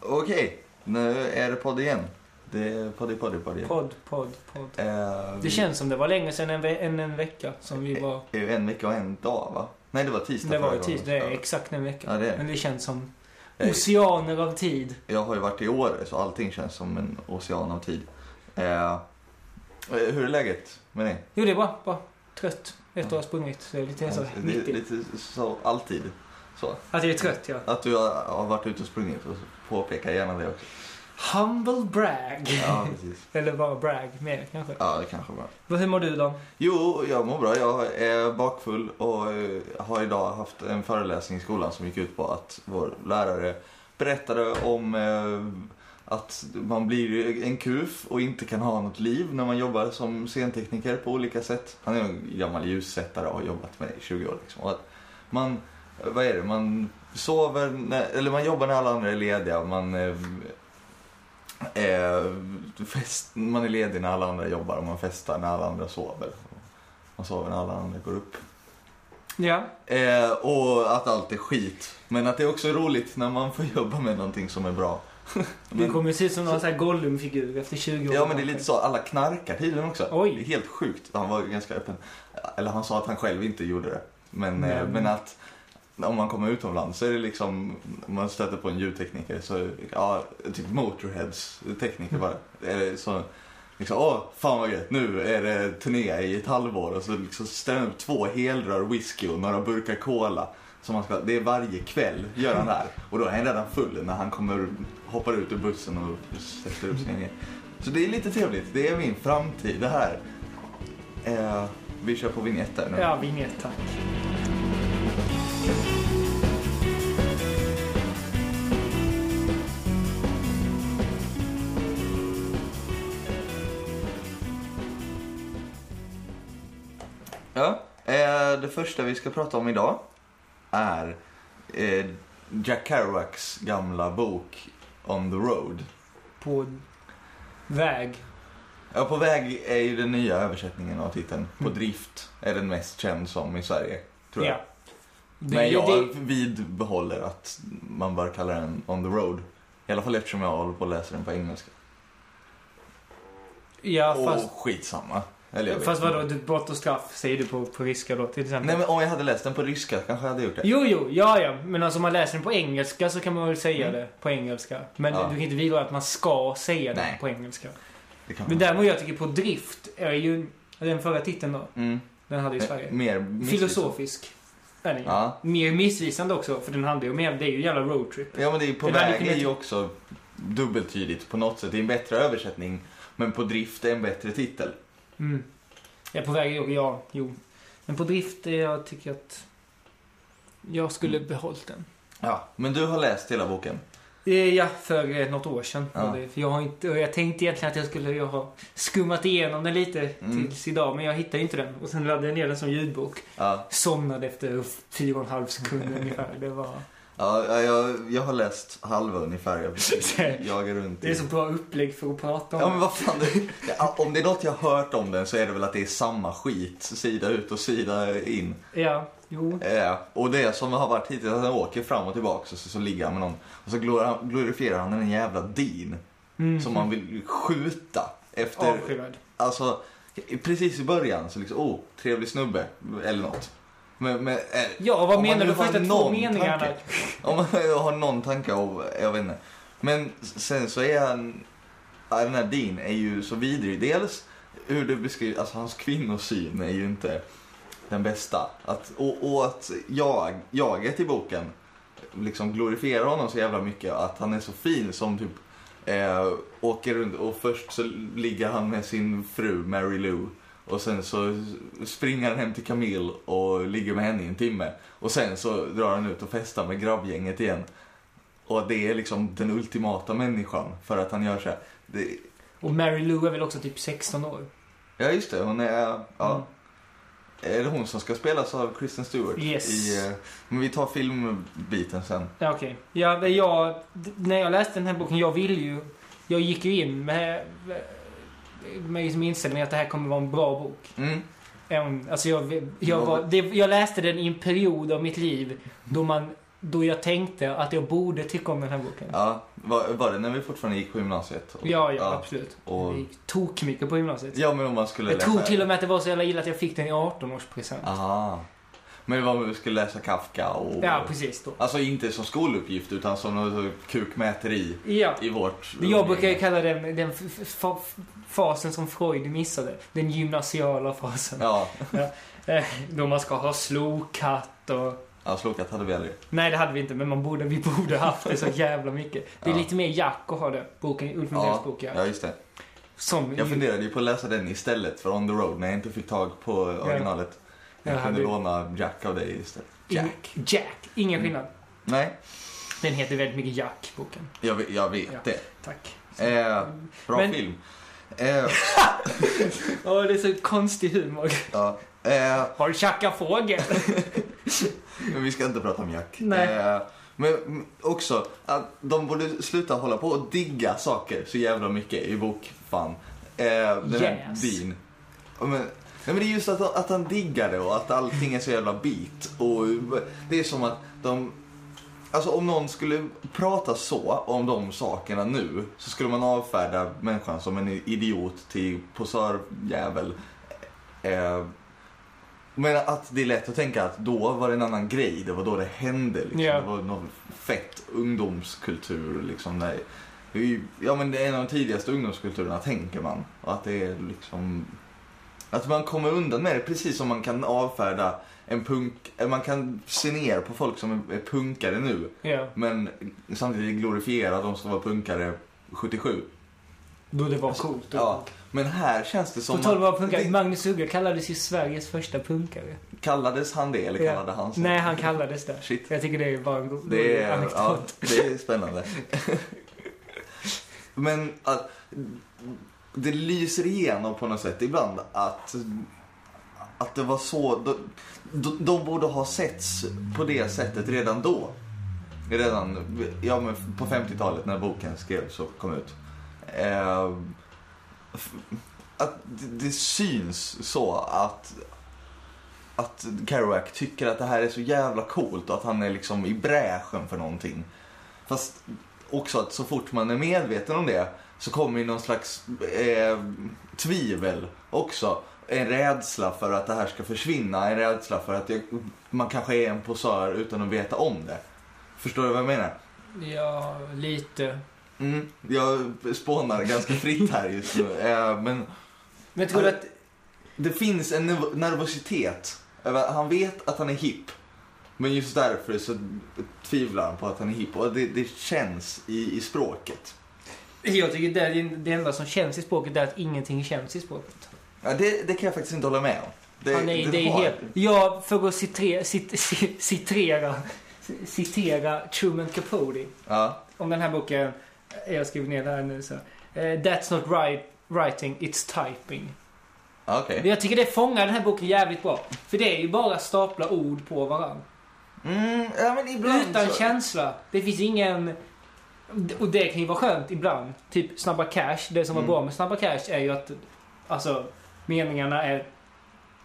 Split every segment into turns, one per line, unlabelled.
Okej, nu är det podd igen. Det är poddy, poddy, poddy.
Podd, podd, podd.
Eh, vi-
Det känns som det var länge sedan en, ve- än en vecka som vi var...
Det är ju en vecka och en dag va? Nej det var tisdag
Det var
förra
ju tid,
gången.
det är
Ja.
exakt en vecka.
Ja, det är det.
Men det känns som
Eh,
oceaner av tid.
Jag har ju varit i Åre så allting känns som en ocean av tid. Eh, eh, hur är läget med dig?
Jo, det är bra. bra. Trött efter att ha sprungit. Så jag är lite så här
det,
mitt
är
i.
lite så alltid. Så.
Att jag är trött, ja.
Att du har, har varit ute och sprungit och påpekar gärna det också.
Humble brag.
Ja precis.
Eller bara brag mer kanske.
Ja det kanske var.
Vad- Hur mår du då?
Jo, jag mår bra. Jag är bakfull och eh, har idag haft en föreläsning i skolan som gick ut på att vår lärare berättade om eh, att man blir en kuf och inte kan ha något liv när man jobbar som scentekniker på olika sätt. Han är en gammal ljussättare och har jobbat med det i 20 år. Liksom. Och att man, eh, vad är det, man sover, när, eller man jobbar när alla andra är lediga. Man, eh, eh, fest, man är ledig när alla andra jobbar och man festar när alla andra sover. Man sover när alla andra går upp.
Ja.
Eh, och att allt är skit. Men att det är också roligt när man får jobba med någonting som är bra.
du
Men-
kommer ju se ut som någon sån här Gollum-figur efter 20 år.
Ja men det är lite så, alla knarkar tydligen också.
Oj.
Det är helt sjukt. Han var ganska öppen. Eller han sa att han själv inte gjorde det. Men,
Men-
men. men att om man kommer utomlands så är det liksom, om man stöter på en ljudtekniker så, ja, typ Motorheads tekniker bara. Eller så, liksom, åh fan vad gött, nu är det turné i ett halvår och så liksom ställer han upp två helrör whisky och några burkar cola. Som han ska, det är varje kväll, gör han det här. Och då är han redan full när han kommer, hoppar ut ur bussen och sätter upp sina grejer. Så det är lite trevligt. Det är min framtid det här. Eh, vi kör på vignett där nu.
Ja, vinjett tack.
Ja. Eh, det första vi ska prata om idag är eh, Jack Kerouacs gamla bok On the Road.
På väg.
Ja, på väg är ju den nya översättningen av titeln. På drift är den mest känd som i Sverige. Tror jag.
Mm. Ja. Det,
Men jag
det,
vidbehåller att man bör kalla den On the Road. I alla fall eftersom jag håller på och läser den på engelska.
ja, fast...
Och skitsamma. Eller jag vet
Fast
inte.
vadå, du- brott och straff säger du på, på ryska då till exempel?
Nej men om jag hade läst den på ryska kanske jag hade gjort det.
Jo, jo, ja, ja. Men alltså om man läser den på engelska så kan man väl säga
Mm.
det på engelska. Men
Ja.
du kan inte vidröra att man ska säga det
Nej.
på engelska.
det kan
Men
man.
däremot jag tycker på drift är ju den förra titeln då.
Mm.
Den hade ju Sverige.
Mer missvisande.
Filosofisk. Är den ju.
Ja.
Mer missvisande också för den handlar ju om, det är ju en jävla roadtrip.
ja men det är på
Det där
väg
lite
är ju
mer-
också dubbeltydigt på något sätt. Det är en bättre översättning. Men på drift är en bättre titel.
Mm. Jag är på väg, jo, ja, jo. Men på drift, eh, jag tycker att jag skulle
Mm.
behållit den.
Ja. Men du har läst hela boken.
Eh, Ja, för eh, något år sedan.
Ja.
Och det- För jag, har inte, och jag tänkte egentligen att jag skulle jag ha skummat igenom den lite
Mm.
tills idag, men jag hittade ju inte den. Och sen laddade jag ner den som ljudbok.
Ja.
Somnade efter fyra och en halv sekund ungefär. Det, var,
Ja, ja, jag, jag har läst halva ungefär. Jag jagar runt
det är
i...
så bra upplägg för att prata om.
Ja men vad fan. Det, ja, om det är något jag har hört om den så är det väl att det är samma skit. Sida ut och sida in.
Ja, jo.
Eh, och det som har varit hittills att han åker fram och tillbaka och så, så ligger han med någon. Och så glor- glorifierar han den jävla din
Mm.
som man vill skjuta efter.
Avskyvärd.
Alltså precis i början så liksom, oh, trevlig snubbe eller något. Men, men eh,
Ja, vad
Om man
menar
nu
du?
har
Första två
någon
meningarna.
tanke. Om man har någon tanke om, jag vet inte. Men sen så är han, ja, den här Dean är ju så vidrig. Dels hur det beskrivs, alltså hans kvinnosyn är ju inte den bästa. Att, och, och att jag, jaget i boken liksom glorifierar honom så jävla mycket. Att han är så fin som typ eh, åker runt och först så ligger han med sin fru Mary Lou. Och sen så springer han hem till Camille och ligger med henne i en timme. Och sen så drar han ut och festar med grabbgänget igen. Och det är liksom den ultimata människan för att han gör så här. Det,
Och Mary Lou är väl också typ 16 år?
ja just det, hon är... Ja.
Mm.
Är det hon som ska spelas av Kristen Stewart?
Yes.
I, eh, men vi tar filmbiten sen.
Ja, okej. Ja, men jag, d- när jag läste den här boken, jag ville ju... Jag gick ju in med, med liksom inställningen att det här kommer vara en bra bok.
Mm.
Även- Alltså jag, jag, var, det, jag läste den i en period av mitt liv då, man, då jag tänkte att jag borde tycka om den här boken.
Ja, Var, var det när vi fortfarande gick på gymnasiet? Och-
Ja, ja, absolut.
Och-
Jag gick tokmycket på gymnasiet.
Ja, men om man skulle
jag tror till och med att det var så jävla illa att jag fick den i 18-årspresent.
Aha. Men det var vi skulle läsa Kafka och...
Ja, precis då.
Alltså inte som skoluppgift utan som något kukmäteri
Ja.
i vårt...
Jag brukar ju kalla den, den f- f- f- fasen som Freud missade. Den gymnasiala fasen.
Ja,
Eh, Då man ska ha slokatt och...
ja slokat hade vi aldrig.
Nej, det hade vi inte, men man borde, vi borde haft det så jävla mycket. Det är
Ja.
lite mer jack att ha det. Boken, Ulf Lundells
Ja,
bok, ja. Mm.
ja, just det.
Som
Jag funderade ju på att läsa den istället för On the Road när jag inte fick tag på originalet. Jag
Ja,
kunde
du-
låna Jack av dig istället. Jack. Mm.
Jack. Ingen skillnad.
Nej,
Den heter väldigt mycket Jack, boken.
jag, vet- jag vet
Ja.
det.
Tack.
Eh, bra
Men-
film. Eh,
Åh, det är så konstig humor.
ja. eh,
Har du tjackat fågel?
Men vi ska inte prata om Jack.
Nej.
Eh, men mm, också att de borde sluta hålla på och digga saker så jävla mycket i bokfan. Eh, den här
Yes.
bin. Ja, Men, nej, men det är just att, att han diggar det och att allting är så jävla bit. Och det är som att de... Alltså om någon skulle prata så om de sakerna nu så skulle man avfärda människan som en idiot till posörjävel. Eh, men att det är lätt att tänka att då var det en annan grej, det var då det hände. Liksom.
Ja.
Det var någon fett ungdomskultur. Liksom, där. Det är ju- Ja men det är en av de tidigaste ungdomskulturerna tänker man. Och att det är liksom... Att man kommer undan med det precis som man kan avfärda en punk... eh, Man kan se ner på folk som är- är punkare nu.
ja,
Men samtidigt glorifiera de som var punkare 77.
då det var coolt.
Ja. Men här känns det som...
På tal om att vara punkare,
det-
Magnus Uggla kallades ju Sveriges första punkare.
Kallades han det eller
Ja.
kallade han sig?
Nej, han kallades det.
Shit.
Jag tycker det är bara en god
Det är,
anekdot.
ja, det är spännande. Men att, det lyser igenom på något sätt ibland att, att det var så. De, de, de borde ha setts på det sättet redan då. Redan ja, men på 50-talet när boken skrevs och kom ut. Eh, f- att det, det syns så att att Kerouac tycker att det här är så jävla coolt och att han är liksom i bräschen för någonting. Fast också att så fort man är medveten om det så kommer ju någon slags eh, tvivel också. En rädsla för att det här ska försvinna, en rädsla för att jag, man kanske är en posör utan att veta om det. Förstår du vad jag menar?
Ja, lite.
Mm, jag spånar ganska fritt här just nu. Eh, men
Men jag tror
Alltså-
du att...
det finns en nerv- nervositet. över- Han vet att han är hipp. Men just därför så tvivlar han på att han är hipp. Och det, det känns i, i språket.
Jag tycker det, är- det enda som känns i språket är att ingenting känns i språket.
Ja, det, det kan jag faktiskt inte hålla med om. Det,
Han är, det, är
har-
helt... Ja, för att citera, cit, cit, citera, citera Truman Capote.
Ja,
Om den här boken, eh, jag skrev ner det här nu så. Eh, That's not right, writing, it's typing.
ja, okej.
Men jag tycker det fångar den här boken jävligt bra. För det är ju bara stapla ord på varandra.
Mm, ja, men ibland
Utan
så...
känsla. Det finns ingen... Och det kan ju vara skönt ibland. Typ Snabba Cash. Det som var
Mm.
bra med Snabba Cash är ju att alltså, meningarna är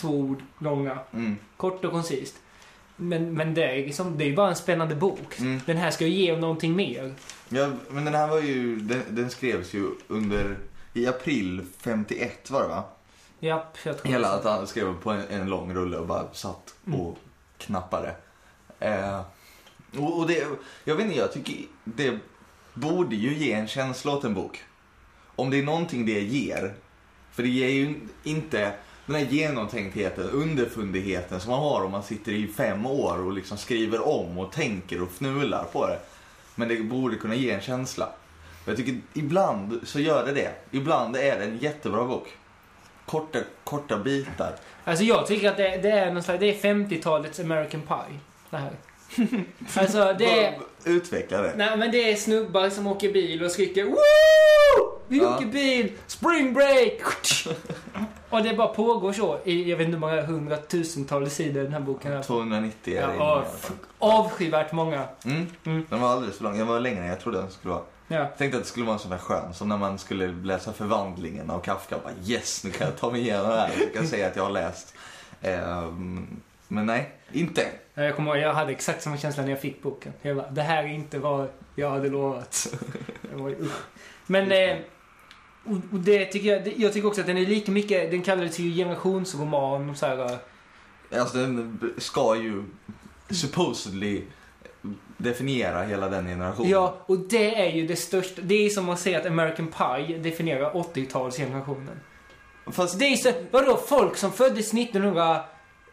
två ord långa.
Mm,
Kort och koncist. Men, men det är liksom, det är ju bara en spännande bok.
mm.
Den här ska ju ge någonting mer.
Ja, men den här var ju... Den, den skrevs ju under... I april 51 var det va?
Japp, jag tror
Hela
det.
att han skrev på en, en lång rulle och bara satt och
Mm.
knappade. Eh, och, och det, jag vet inte, jag tycker det borde ju ge en känsla åt en bok. Om det är någonting det ger. För det ger ju inte den här genomtänktheten, underfundigheten som man har om man sitter i fem år och liksom skriver om och tänker och fnular på det. Men det borde kunna ge en känsla. Jag tycker ibland så gör det det. Ibland är det en jättebra bok. Korta, korta bitar.
Alltså jag tycker att det, det är någon slags, det är 50-talets American Pie. Det här. Alltså det är...
Utveckla det.
Nej men det är snubbar som åker bil och skriker Woo! Vi
Ja.
åker bil! Spring break! och det bara pågår så i jag vet inte hur många hundratusentals sidor den här boken är.
290 är det.
Ja,
i den här
av,
i alla fall.
avskyvärt många.
Mm.
Mm.
Den var alldeles för lång. Den var längre än jag trodde den skulle vara.
Ja.
Jag tänkte att det skulle vara en sån där skön, som när man skulle läsa förvandlingen av Kafka. Bara, yes, nu kan jag ta mig igenom det här. Jag kan säga att jag har läst. Ehm, Men nej, inte.
Ja, Jag kommer ihåg, jag hade exakt samma känsla när jag fick boken. Jag bara, det här är inte vad jag hade lovat. Jag var, usch. Men
Just det.
eh, och och det tycker jag, det- jag tycker också att den är lika mycket, den kallades ju generationsroman. och Så här, eh,
Alltså den b- ska ju supposedly definiera hela den generationen.
ja, och det är ju det största. Det är som att säga att American Pie definierar 80-talsgenerationen.
Fast
Det är ju så, vadå, folk som föddes 1900,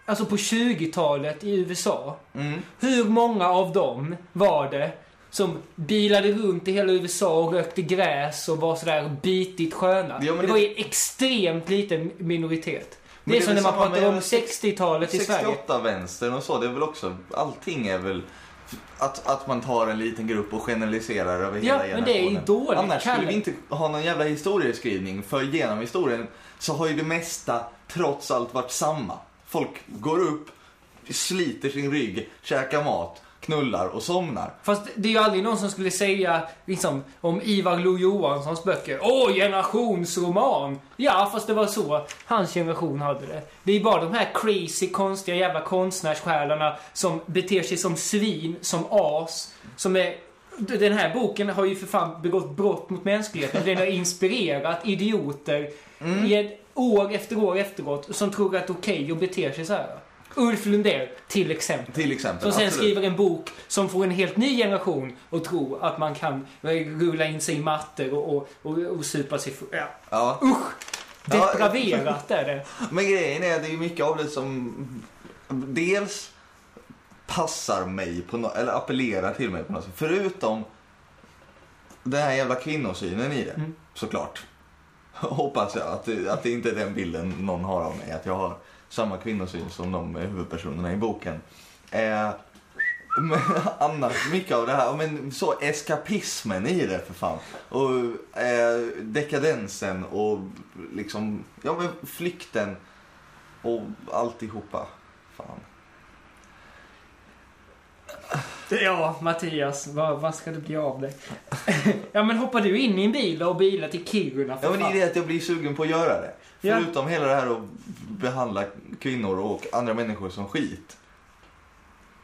alltså på 20-talet i USA.
mm,
Hur många av dem var det som bilade runt i hela USA och rökte gräs och var sådär bitigt sköna?
Ja, men
det
det-
var ju en extremt liten minoritet. Det
Men
är
det är
som
väl
när man
samma
pratar
med
om 60-talet i Sverige.
68-vänstern och så, det är väl också, allting är väl att, att man tar en liten grupp och generaliserar över
Ja,
hela
men det är ju
generationen.
dåligt,
Annars skulle
Kalle.
vi inte ha någon jävla historieskrivning, för genom historien så har ju det mesta trots allt varit samma. Folk går upp, sliter sin rygg, käkar mat, knullar och somnar.
Fast det är ju aldrig någon som skulle säga liksom, om Ivar Lo-Johanssons böcker. Åh, generationsroman! Ja, fast det var så hans generation hade det. Det är ju bara de här crazy, konstiga jävla konstnärssjälarna som beter sig som svin, som as, som är... Den här boken har ju för fan begått brott mot mänskligheten. Den har inspirerat idioter i ett år efter år efteråt som tror att det är okej att bete sig så här. Ulf Lundell, till exempel.
Till exempel.
Som sen
absolut.
skriver en bok som får en helt ny generation att tro att man kan eh, rulla in sig i mattor och, och, och, och supa sig full. Ja.
Ja. Ja.
Depraverat är det.
Men grejen är, det är ju mycket av det som dels passar mig på nå eller appellerar till mig på något sätt. Förutom den här jävla kvinnosynen i det,
Mm.
såklart. Hoppas jag att det, att det inte är den bilden någon har av mig, att jag har samma kvinnosyn som de huvudpersonerna i boken. Eh, men annars, mycket av det här, men så eskapismen i det för fan. Och eh, dekadensen och liksom, ja men flykten och alltihopa. Fan.
Ja, Mattias, vad, vad ska det bli av dig? ja, men hoppar du in i en bil och bilar till Kiruna för
Ja men det är
fan.
det att jag blir sugen på att göra det.
Ja.
Förutom hela det här att behandla kvinnor och andra människor som skit.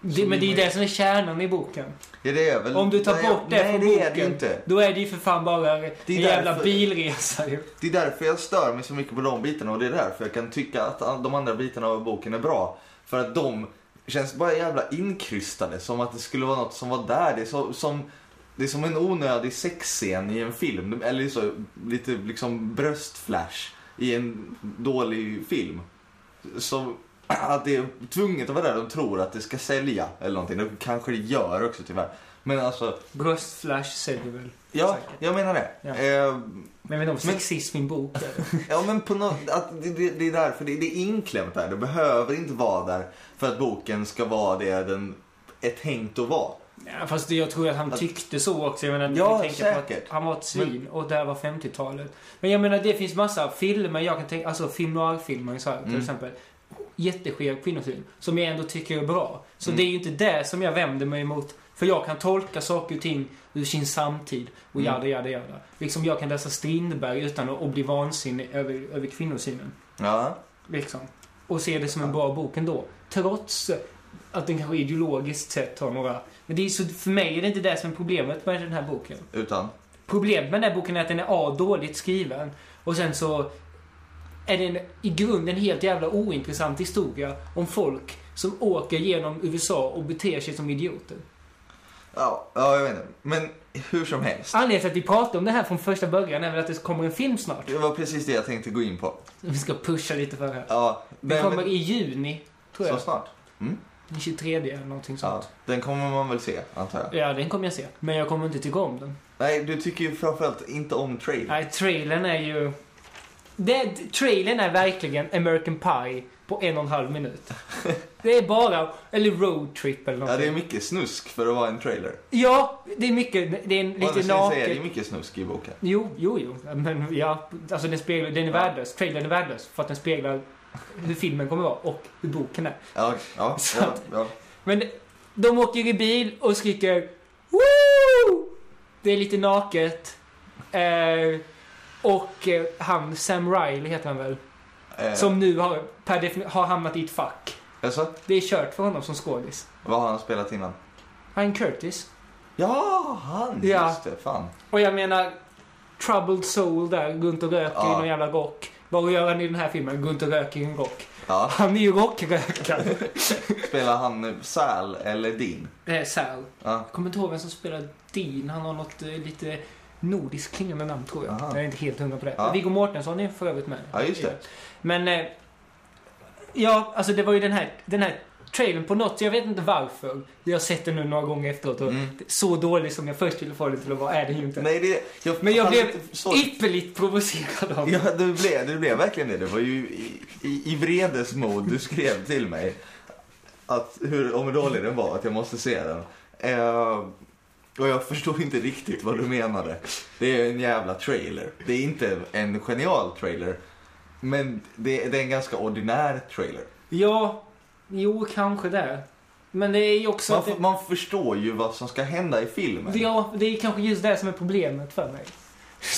Det, men det är ju det som är kärnan i boken.
Ja, det är väl...
Om du tar
nej,
bort det
Nej,
från
det är det ju
boken.
inte.
Då är det ju för fan bara en jävla
därför-
bilresa ju.
Det är därför jag stör mig så mycket på de bitarna och det är därför jag kan tycka att de andra bitarna av boken är bra. För att de känns bara jävla inkrystade, som att det skulle vara något som var där. Det är, så, som, det är som en onödig sexscen i en film, eller så, lite liksom bröstflash i en dålig film. Så att det är tvunget att vara där de tror att det ska sälja eller någonting. Det kanske det gör också tyvärr. Men alltså,
Bröstflash säljer väl.
ja,
Säkert.
jag menar det.
Ja.
Eh,
Men jag vet inte om
Men-
sexism i en bok. är det.
Ja men på något, att det, det, det är därför det, det är inklämt där. Det behöver inte vara där för att boken ska vara det den är tänkt att vara.
Ja, fast det- jag tror att han
Att-
tyckte så också. Jag menar,
Ja,
jag tänker på
säkert.
att han var ett svin och där var 50-talet. Men jag menar, det finns massa filmer jag kan tänka, alltså film noir-filmer så här, till
Mm.
exempel. Jätteskev kvinnosyn, som jag ändå tycker är bra. Så
Mm.
det är ju inte det som jag vänder mig emot. För jag kan tolka saker och ting ur sin samtid och
Mm.
jada, jada, jada. Liksom jag kan läsa Strindberg utan att att bli vansinnig över, över kvinnosynen.
Ja.
Liksom. Och se det som en bra bok ändå. Trots att den kanske ideologiskt sett har några... Men det är så, för mig är det inte det som är problemet med den här boken.
Utan.
Problemet med den här boken är att den är A. Dåligt skriven. Och sen så är den i grunden en helt jävla ointressant historia om folk som åker genom USA och beter sig som idioter.
Ja, ja jag vet inte. Men hur som helst.
Anledningen till att vi pratar om det här från första början är väl att det kommer en film snart.
Det var precis det jag tänkte gå in på.
Vi ska pusha lite för det här.
Ja,
Den
men-
kommer i juni, tror
så
jag.
snart.
Den 23 eller någonting sånt.
Ja, den kommer man väl se, antar jag.
Ja, den kommer jag se. Men jag kommer inte tycka om den.
Nej, du tycker ju framförallt inte om trailer.
Nej, trailern är ju... Det, trailern är verkligen American Pie på en och en halv minut. Det är bara... Eller road trip eller
Ja,
någonting.
det är mycket snusk för att vara en trailer.
Ja, det är mycket... Det är en
Lite
lite
naken. Är det
naket.
är mycket snusk i boken.
Jo, jo, jo. Men ja, alltså den speglar... Den är
Ja.
värdelös. Trailern är värdelös för att den speglar hur filmen kommer vara och hur boken är.
Ja, ja,
Så
ja,
att-
ja.
Men de åker i bil och skriker Woo! Det är lite naket. Eh, och eh, han, Sam Riley heter han väl?
Eh,
Som nu har, per defini- har hamnat i ett fack.
Jaså?
Det är kört för honom som skådis.
Vad har han spelat innan?
Han Curtis.
Ja, han!
Ja.
Just det, fan.
Och jag menar, Troubled Soul där, går runt och röker i
Ja.
någon jävla rock. Vad gör han i den här filmen? Går runt och röker i en rock.
Ja,
Han är ju rockrökare.
spelar han eh, Sal eller Dean?
eh, Sal.
Ja.
Jag kommer inte ihåg vem som spelar Dean. Han har något eh, lite nordiskt klingande namn tror jag.
Aha.
Jag är inte helt hundra på det.
Ja.
Viggo Mortensen är för övrigt med.
Ja, just det.
Men... Eh, ja, alltså det var ju den här, den här trailern på något. Jag vet inte varför. Jag har sett den nu några gånger efteråt. Och
Mm.
Så dålig som jag först ville få den till att vara är den ju inte.
Nej, det... Jag,
Men jag
fan,
blev
lite så-
ypperligt provocerad av den.
Ja, du blev, du blev verkligen det. Det var ju i, i, i vredesmod du skrev till mig att hur, om hur dålig den var, att jag måste se den. Eh, och jag förstod inte riktigt vad du menade. Det är en jävla trailer. Det är inte en genial trailer, men det, det är en ganska ordinär trailer.
Ja, jo kanske det. Men det är ju också...
Man,
att det-
f- man förstår ju vad som ska hända i filmen.
Ja, det är kanske just det som är problemet för mig.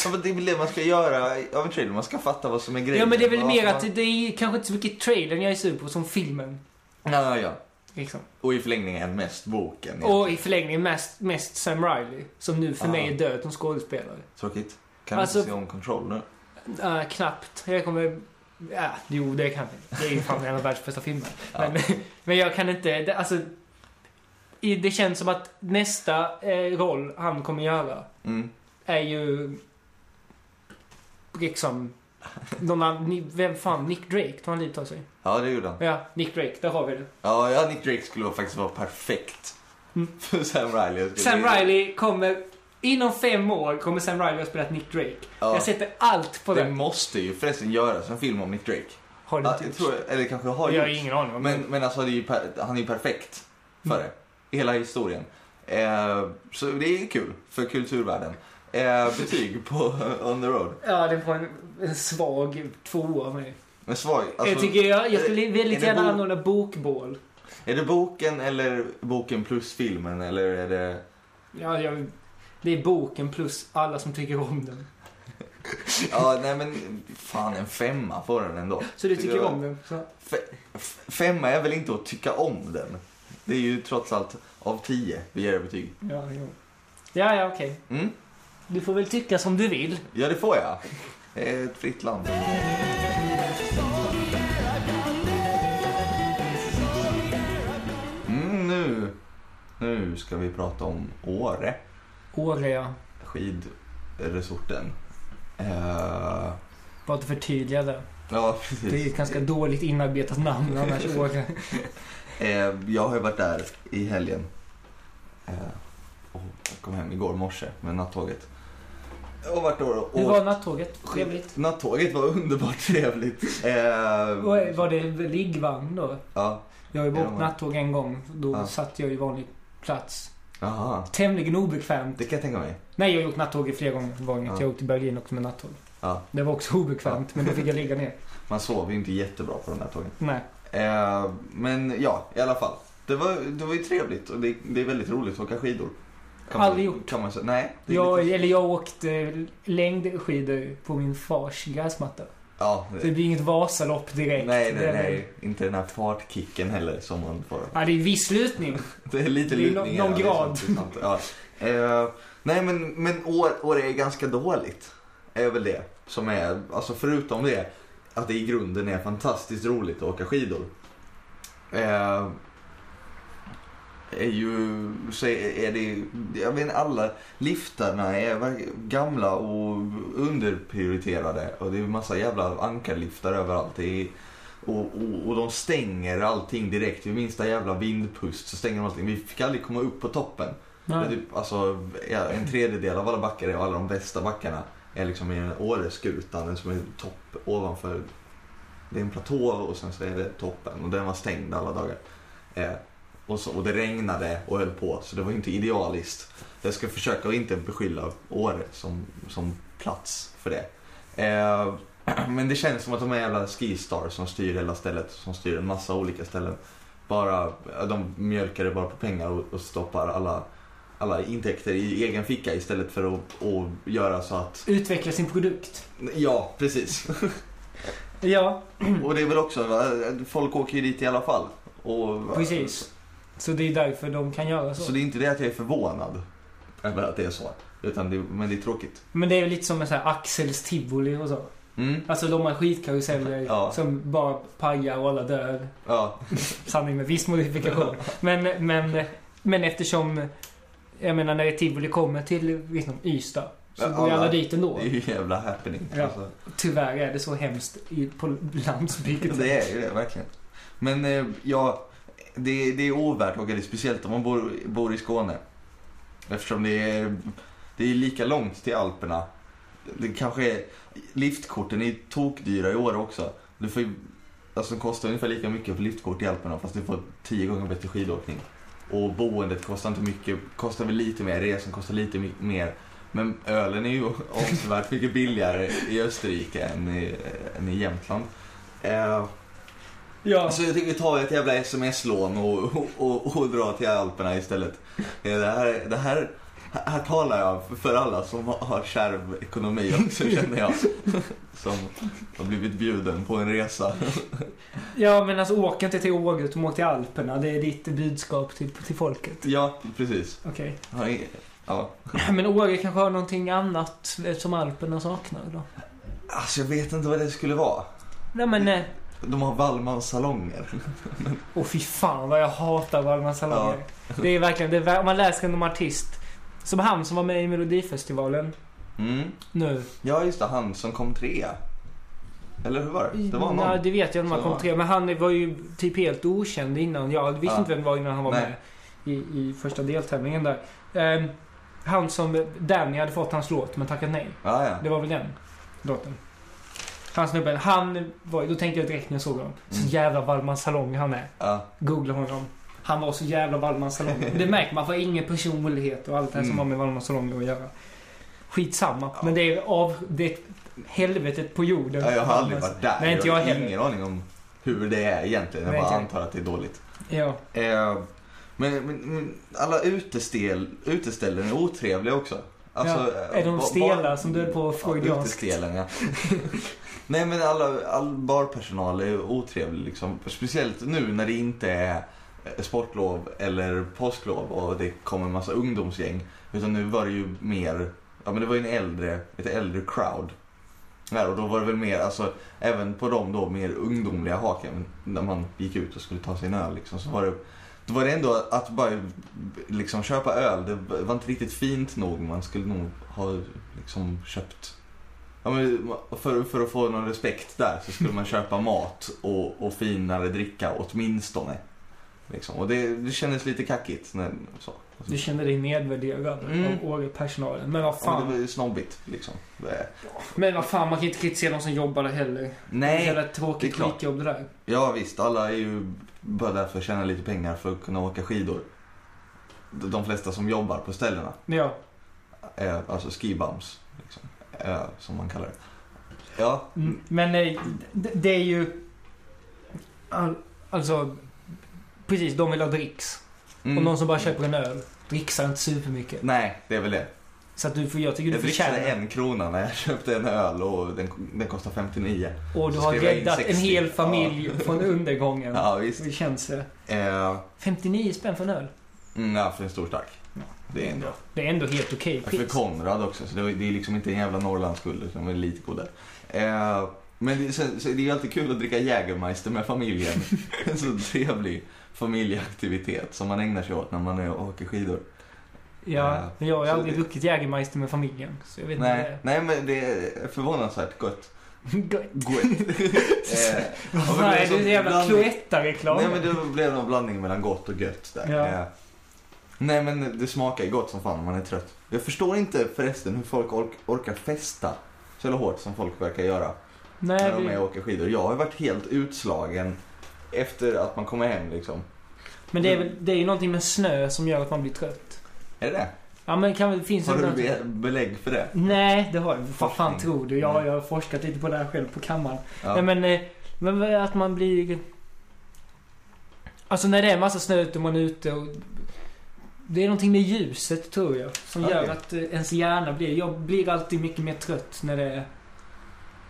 Ja, men det är väl det man ska göra av en trailer. Man ska fatta vad som är grejen.
Ja, alltså, men det är väl
Vad
mer
man-
att det, det är kanske inte så mycket trailern jag är sur på som filmen.
Ja, ja, ja.
Liksom.
Och i förlängningen mest boken.
Och i förlängningen mest, mest Sam Riley. Som nu för
Ah.
mig är död som skådespelare.
Tråkigt. Kan
Alltså-
vi inte se om Control nu?
Äh, knappt. Jag kommer... Ja, jo, det kan jag. Det är ju fan en av världens bästa filmer.
Ja.
Men, men jag kan inte... Det, alltså, i- det känns som att nästa eh, roll han kommer göra
Mm.
är ju... Liksom... Någon annan, ni- vem fan? Nick Drake tog han livet av sig.
Ja, det gjorde han.
Ja, Nick Drake. Där har vi det.
Ja, ja Nick Drake skulle faktiskt vara perfekt
Mm.
för Sam Riley. Jag skulle-
Sam Riley kommer... Inom fem år kommer Sam Riley ha spelat Nick Drake.
Ja.
Jag sätter allt på
Det
det.
måste ju förresten göras en film om Nick Drake.
Har du
Ja,
inte
jag
gjort?
tror, eller kanske har
Jag har
gjort.
ingen aning om
Men, men alltså, det är ju per, han är ju perfekt
Mm.
för det. I hela historien. Eh, så det är kul för kulturvärlden. Eh, betyg på On the Road.
Ja, den får en, en svag tvåa av mig.
Men svag. Alltså,
jag tycker jag, jag skulle
är
väldigt
det
gärna
bok-
anordna bokbål.
Är det boken eller boken plus filmen eller är det...
Ja, jag, det är boken plus alla som tycker om den.
Ja, nej men fan en femma får den ändå.
Så du tycker om den? Så.
Fe- f- Femma är väl inte att tycka om den? Det är ju trots allt av tio vi ger det betyg.
Ja, ja. ja, ja okej.
Mm?
Du får väl tycka som du vill.
Ja, det får jag. Det är ett fritt land. Mm, nu. nu ska vi prata om Åre,
Åre, ja.
skidresorten. Eh,
Bara att förtydliga det.
ja, precis.
Det är ett ganska dåligt inarbetat namn annars, Åre.
Eh, jag har ju varit där i helgen. Eh, och jag kom hem igår morse med nattåget. Jag har varit där och...
Hur var nattåget? Trevligt.
Nattåget var underbart trevligt. Eh,
Vad- Var det liggvagn då?
Ja.
Jag har ju
Ja,
åkt
men-
nattåg en gång. Då
Ja.
satt jag i vanlig plats.
Jaha.
Tämligen obekvämt.
Det kan jag tänka mig.
Nej, jag har åkt nattåg i flera gånger. Det var inget.
Ja.
Jag åkte till Berlin också med nattåg.
Ja.
Det var också obekvämt, men då fick jag ligga ner.
Man sover ju inte jättebra på de där tågen.
Nej.
Eh, men ja, i alla fall. Det var, det var ju trevligt och det, det är väldigt roligt att åka skidor.
Aldrig
man,
gjort.
Kan man, säga. nej. det är
Jag,
lite-
eller jag åkte längdskidor på min fars gräsmatta.
Ja.
Så det blir inget Vasalopp direkt.
Nej,
Det
nej,
är-
nej. Inte den här fartkicken heller som man får.
Ja, det är viss lutning.
Det är lite
Det är no-
lutning.
någon
ja, det är
grad.
sant, det är sant, ja. eh, nej, men, men år, år är ganska dåligt. Är väl det som är, alltså förutom det att det i grunden är fantastiskt roligt att åka skidor. Eh, är ju, så är är det, jag vet inte, alla liftarna är verk- gamla och underprioriterade och det är massa jävla ankarliftar överallt. Det är, och, och, och de stänger allting direkt. Vid minsta jävla vindpust så stänger de allting. Vi fick aldrig komma upp på toppen. Det är
Nej.
typ, alltså, ja, en tredjedel av alla backar och alla de bästa backarna är liksom i den Åreskutan, den som är topp ovanför. Det är en platå och sen så är det toppen och den var stängd alla dagar. Eh, och, så, och det regnade och höll på så det var inte idealiskt. Jag ska försöka att inte beskylla Åre som, som plats för det. Eh, men det känns som att de är jävla skistar som styr hela stället, som styr en massa olika ställen. Bara, de mjölkar det bara på pengar och, och stoppar alla, alla intäkter i egen ficka istället för att, att göra så att...
Utveckla sin produkt.
Ja, precis.
Ja.
Och det är väl också, va, folk åker ju dit i alla fall. Och,
Precis. Så det är därför de kan göra så.
Så det är inte det att jag är förvånad över att det är så. Utan det, men det är tråkigt.
Men det är väl lite som en sån här Axels tivoli och så.
Mm.
Alltså de har skitkaruseller
Ja.
som bara pajar och alla dör.
Ja.
Sanning med viss modifikation. Men, men, men eftersom, jag menar när tivoli kommer till liksom, Ystad så
Ja,
går ju alla
alla-
dit ändå.
Det är ju en jävla happening.
Ja.
Alltså,
Tyvärr är det så hemskt i, på landsbygden.
det är ju det verkligen. Men eh, ja, det, det är ovärt att åka dit. Speciellt om man bor, bor i Skåne. Eftersom det är, det är lika långt till Alperna. Det kanske är, liftkorten är ju tokdyra i år också. Du får ju, alltså det kostar ungefär lika mycket för liftkort i Alperna fast du får tio gånger bättre skidåkning. Och boendet kostar inte mycket, kostar väl lite mer, resan kostar lite my- mer. Men ölen är ju avsevärt mycket billigare i Österrike än i, än i Jämtland. Eh,
Ja.
Alltså jag tycker vi tar ett jävla sms-lån och, och, och, och drar till Alperna istället. Eh, Det här, det här, här talar jag för alla som har- har kärv ekonomi också känner jag. Som har blivit bjuden på en resa.
ja men alltså åk inte till Åre utan åk till Alperna. Det är ditt budskap till, till folket.
Ja, precis.
Okej.
Har ni- Ja.
Men Åre kanske har någonting annat eh, som Alperna saknar då?
Alltså jag vet inte vad det skulle vara.
Nej men, eh,
De har Wallmans salonger.
åh fy fan vad jag hatar Wallmans salonger. Det är verkligen, det är, ver- om man läser om artist. Som han som var med i Melodifestivalen
Mm.
nu.
Ja, just det. Han som kom trea. Eller hur var det? Det var
Nej,
någon.
det vet jag inte om
Så
han
var
kom tre. Men han var ju typ helt okänd innan. Jag visste
Ja.
inte vem det var innan han var
Nej.
med i, i första deltävlingen där. Ehm, han som Danny hade fått hans låt men tackat nej.
Ja, ja.
Det var väl den låten. Han snubben, han var Då tänkte jag direkt när jag såg honom. Så
Mm.
jävla Wallmans salong han är.
ja.
Googla honom. Han var så jävla Wallmans salong. Det märker man, får ingen personlighet och allt det här som
Mm.
har med Wallmans salong att göra. Skitsamma.
Ja.
Men det är av det är helvetet på jorden.
Ja, jag har aldrig varit där.
Nej, inte jag
har
heller.
ingen aning om hur det är egentligen. Jag
Nej,
bara
inte jag.
antar att det är dåligt.
Ja.
Eh, men, men, men alla utestel, uteställen är otrevliga också. Alltså,
Är de
ba-
stela
bar-
som du är på
Ja,
freudianskt?
utestelen, ja. Nej men alla, all barpersonal är otrevlig liksom. Speciellt nu när det inte är eh, sportlov eller påsklov och det kommer en massa ungdomsgäng. Utan nu var det ju mer, ja men det var ju en äldre, ett äldre crowd. Där, och då var det väl mer, alltså även på de då mer ungdomliga haken, när man gick ut och skulle ta sig en öl liksom, så var det då var det ändå att bara liksom köpa öl, det var inte riktigt fint nog. Man skulle nog ha liksom köpt Ja, men för, för att få någon respekt där så skulle man köpa mat och, och finare dricka åtminstone. Liksom. Och det, det kändes lite kackigt. När, så.
Du kände dig nedvärderad
Mm.
av Åre-personalen. Men vad
Ja, men
fan.
det var ju snobbigt liksom. Det-
Men vad fan, man kan inte kritisera de som jobbar där heller. Det är
Nej,
ett
det är
tråkigt
klart.
skitjobb det där.
ja visst. Alla är ju bara där för att tjäna lite pengar för att kunna åka skidor. De de flesta som jobbar på ställena.
Men ja.
Eh, alltså skibums. Liksom. Eh, som man kallar det. Ja,
Mm, Men eh, det, det är ju... All, alltså... Precis, de vill ha dricks.
mm.
Och någon som bara köper en öl dricksar inte supermycket.
Nej, det är väl det.
Så att du får, jag tycker du
Jag dricksade
förtjänar
en krona när jag köpte en öl och den, den kostade 59.
Och du
så
har
skrev jag in
räddat en
60.
hel familj
Ja.
från undergången.
Ja, visst.
Det känns det.
Eh,
59 spänn för en öl.
mm, ja, för en stor stark.
Ja.
Det är ändå.
Det är ändå helt okej
För
pris.
Konrad också, så det är det är liksom inte en jävla Norrlandsguld utan det är lite godare. Eh, men det, så, så det är ju alltid kul att dricka Jägermeister med familjen. en så trevlig familjeaktivitet som man ägnar sig åt när man är och åker skidor.
Ja,
Ja.
men jag har ju
Så
aldrig
det-
druckit Jägermeister med familjen. Så jag vet inte
Nej, nej, men det är förvånansvärt gott.
vad det är.
Gott. Eh, ja, men
Vad
det är
är det
sån
för jävla
blandning-
Cloetta-reklam?
Nej men det blev någon blandning mellan gott och gött där.
Ja.
Eh, Nej men det smakar ju gott som fan om man är trött. Jag förstår inte förresten hur folk ork- orkar festa så jävla hårt som folk verkar göra
Nej,
när de
det-
är och åker skidor. Jag har varit helt utslagen efter att man kommer hem liksom.
Men det är, väl, det är ju någonting med snö som gör att man blir trött.
Är det det?
Ja men kan väl finns
Har
det
du
något-
be- belägg för det?
Nej, det har jag Vad fan
Forskning.
tror du? Jag,
Mm.
jag har forskat lite på det här själv på kammaren.
Ja.
Nej men, eh, men vad är att man blir... Alltså när det är massa snö ute och man är ute och... Det är någonting med ljuset tror jag som
Okej.
gör att eh, ens hjärna blir... Jag blir alltid mycket mer trött när det är...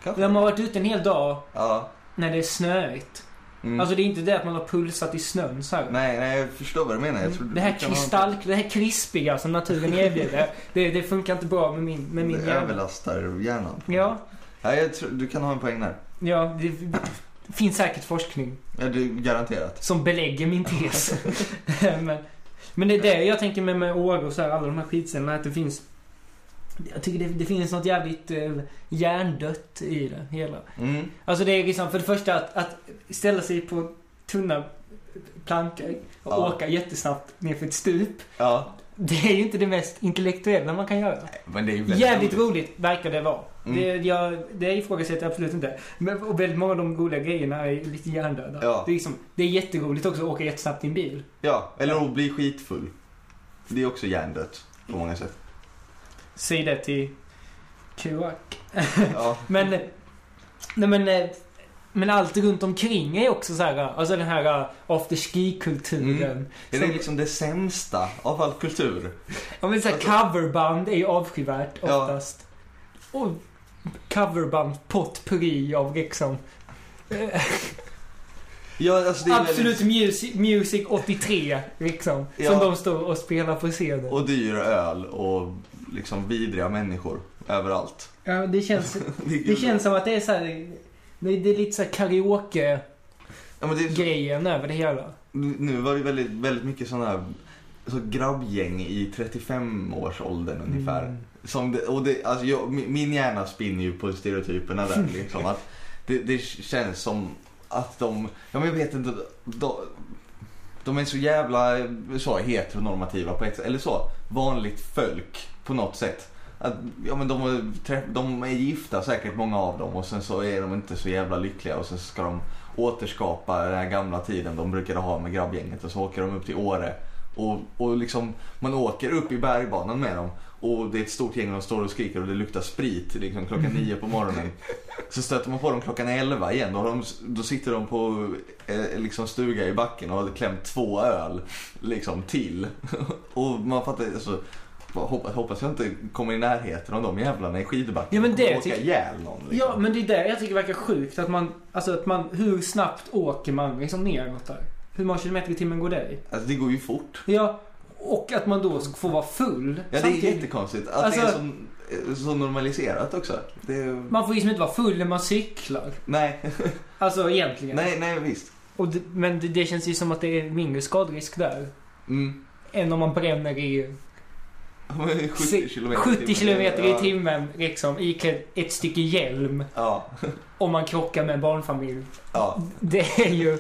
Kanske.
När man har varit ute en hel dag
Ja.
när det är snöigt.
Mm.
Alltså det är inte det att man har pulsat i snön så här.
nej, nej, jag förstår vad du menar. Jag tror
Mm. Det här
du kan ha-
kristall, det här krispiga som naturen erbjuder. det, det funkar inte bra med min, med min
det
hjärna.
överlastar hjärnan.
Ja,
Ja, jag tror, du kan ha en poäng där.
ja det, det finns säkert forskning
Ja, det är garanterat.
som belägger min tes. men, men det är det jag tänker med, med Åre och så här, alla de här skitställena. Att det finns... Jag tycker det, det finns något jävligt eh, hjärndött i det hela.
Mm.
Alltså det är liksom för det första att, att ställa sig på tunna plankor och
Ja.
åka jättesnabbt ner för ett stup.
Ja,
Det är ju inte det mest intellektuella man kan göra.
men det är ju väldigt
Jävligt roligt verkar det vara.
Mm.
Det, jag, det ifrågasätter jag absolut inte. Men, och väldigt många av de roliga grejerna är lite hjärndöda.
Ja.
Det, är liksom, det är jätteroligt också att åka jättesnabbt i en bil.
Ja, eller att bli skitfull. Det är också hjärndött på många sätt.
Säg det till Kuak.
Ja.
Men, nej men, eh, men allt runt omkring är också så här, alltså den här eh, afterski-kulturen.
Mm. Är det liksom det sämsta av all kultur?
Om vi säger
Alltså-
coverband är ju avskyvärt
Ja.
oftast. Och coverband potpurri av liksom eh,
Ja, alltså det är
Absolut music, music 83 liksom.
Ja.
Som de står och spelar på scenen.
Väldigt, och dyr öl och liksom vidriga människor överallt.
Ja, det känns,
Det, är
det
ju-
känns som att det är så här, det, det är lite så här karaoke-grejen
ja, men det är så-
över det hela.
Nu var det väldigt, väldigt mycket sådana här så grabbgäng i 35-årsåldern ungefär.
Mm.
Som det, och det, alltså jag, min min hjärna spinner ju på stereotyperna där. Liksom, att det, det känns som att de, ja, men jag vet inte, de, de är så jävla så, heteronormativa på ett sätt. Eller så, vanligt folk på något sätt. Att, ja, men de, har träff- de är gifta säkert många av dem och sen så är de inte så jävla lyckliga och sen ska de återskapa den här gamla tiden de brukade ha med grabbgänget och så åker de upp till Åre. Och, och liksom, man åker upp i bergbanan med dem och det är ett stort gäng och de står och skriker och det luktar sprit liksom, klockan
Mm.
nio på morgonen. Så stöter man på dem klockan elva igen. Då, har de, då sitter de på eh, liksom stuga i backen och har klämt två öl liksom, till. Och man fattar alltså, bara hoppas, hoppas jag inte kommer i närheten av de jävlarna i skidbacken.
Ja, men
Jag kommer
det
åka
tycker-
ihjäl någon. Liksom.
Ja, men det är det jag tycker verkar sjukt. Att man, alltså att man, hur snabbt åker man liksom neråt där? Hur många kilometer i timmen går det i?
Alltså, det går ju fort.
Ja, och att man då får vara full.
Ja, det är
samtidigt.
jättekonstigt att det är
Alltså-
så, så normaliserat också. Det är...
Man får liksom inte vara full när man cyklar.
Nej.
Alltså egentligen.
nej, nej visst.
Och det, men det, det känns ju som att det är mindre skadrisk där.
Mm.
Än om man bränner i
Ja, men 70 kilometer
70 kilometer i
Ja.
timmen liksom iklädd ett stycke hjälm.
Ja,
Om man krockar med en barnfamilj.
ja.
Det är ju...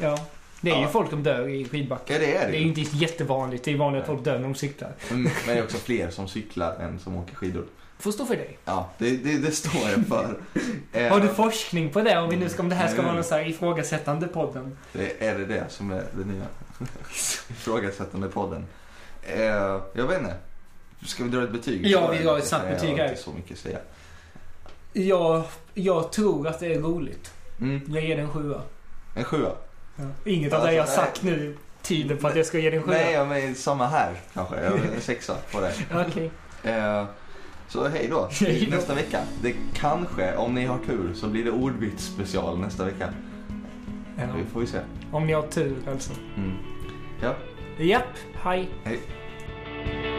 Ja. Det är ju
Ja.
folk som dör i skidbacken.
ja det är
Det
det
är
ju.
ju inte jättevanligt. Det är vanligt att folk dör när de cyklar.
Mm, Men det är också fler som cyklar än som åker skidor.
Får stå för dig.
Ja, det, det, det står jag för. Eh,
Har du forskning på det? Om, vi nu ska, om det här ska
Mm.
vara någon så här ifrågasättande podden.
det är det det som är det nya ifrågasättande podden. Eh, jag vet inte. Ska vi dra ett betyg?
Ja, vi drar ett snabbt
Jag
betyg
har
här.
inte så mycket att säga.
Jag, jag tror att det är roligt.
Mm,
Jag ger den sjua.
en sjua.
Inget av det jag har
Alltså, nej.
sagt nu tyder på att jag ska ge den sjua.
Nej, ja, men samma här kanske. Jag har en sexa på det.
Okej.
Eh, Så hej då.
Hej då.
Nästa vecka. Det kanske, om ni har tur, så blir det ordvits special nästa vecka.
Ja.
Vi får vi se.
Om ni har tur alltså.
Mm. Ja.
Japp, hej.
Hej.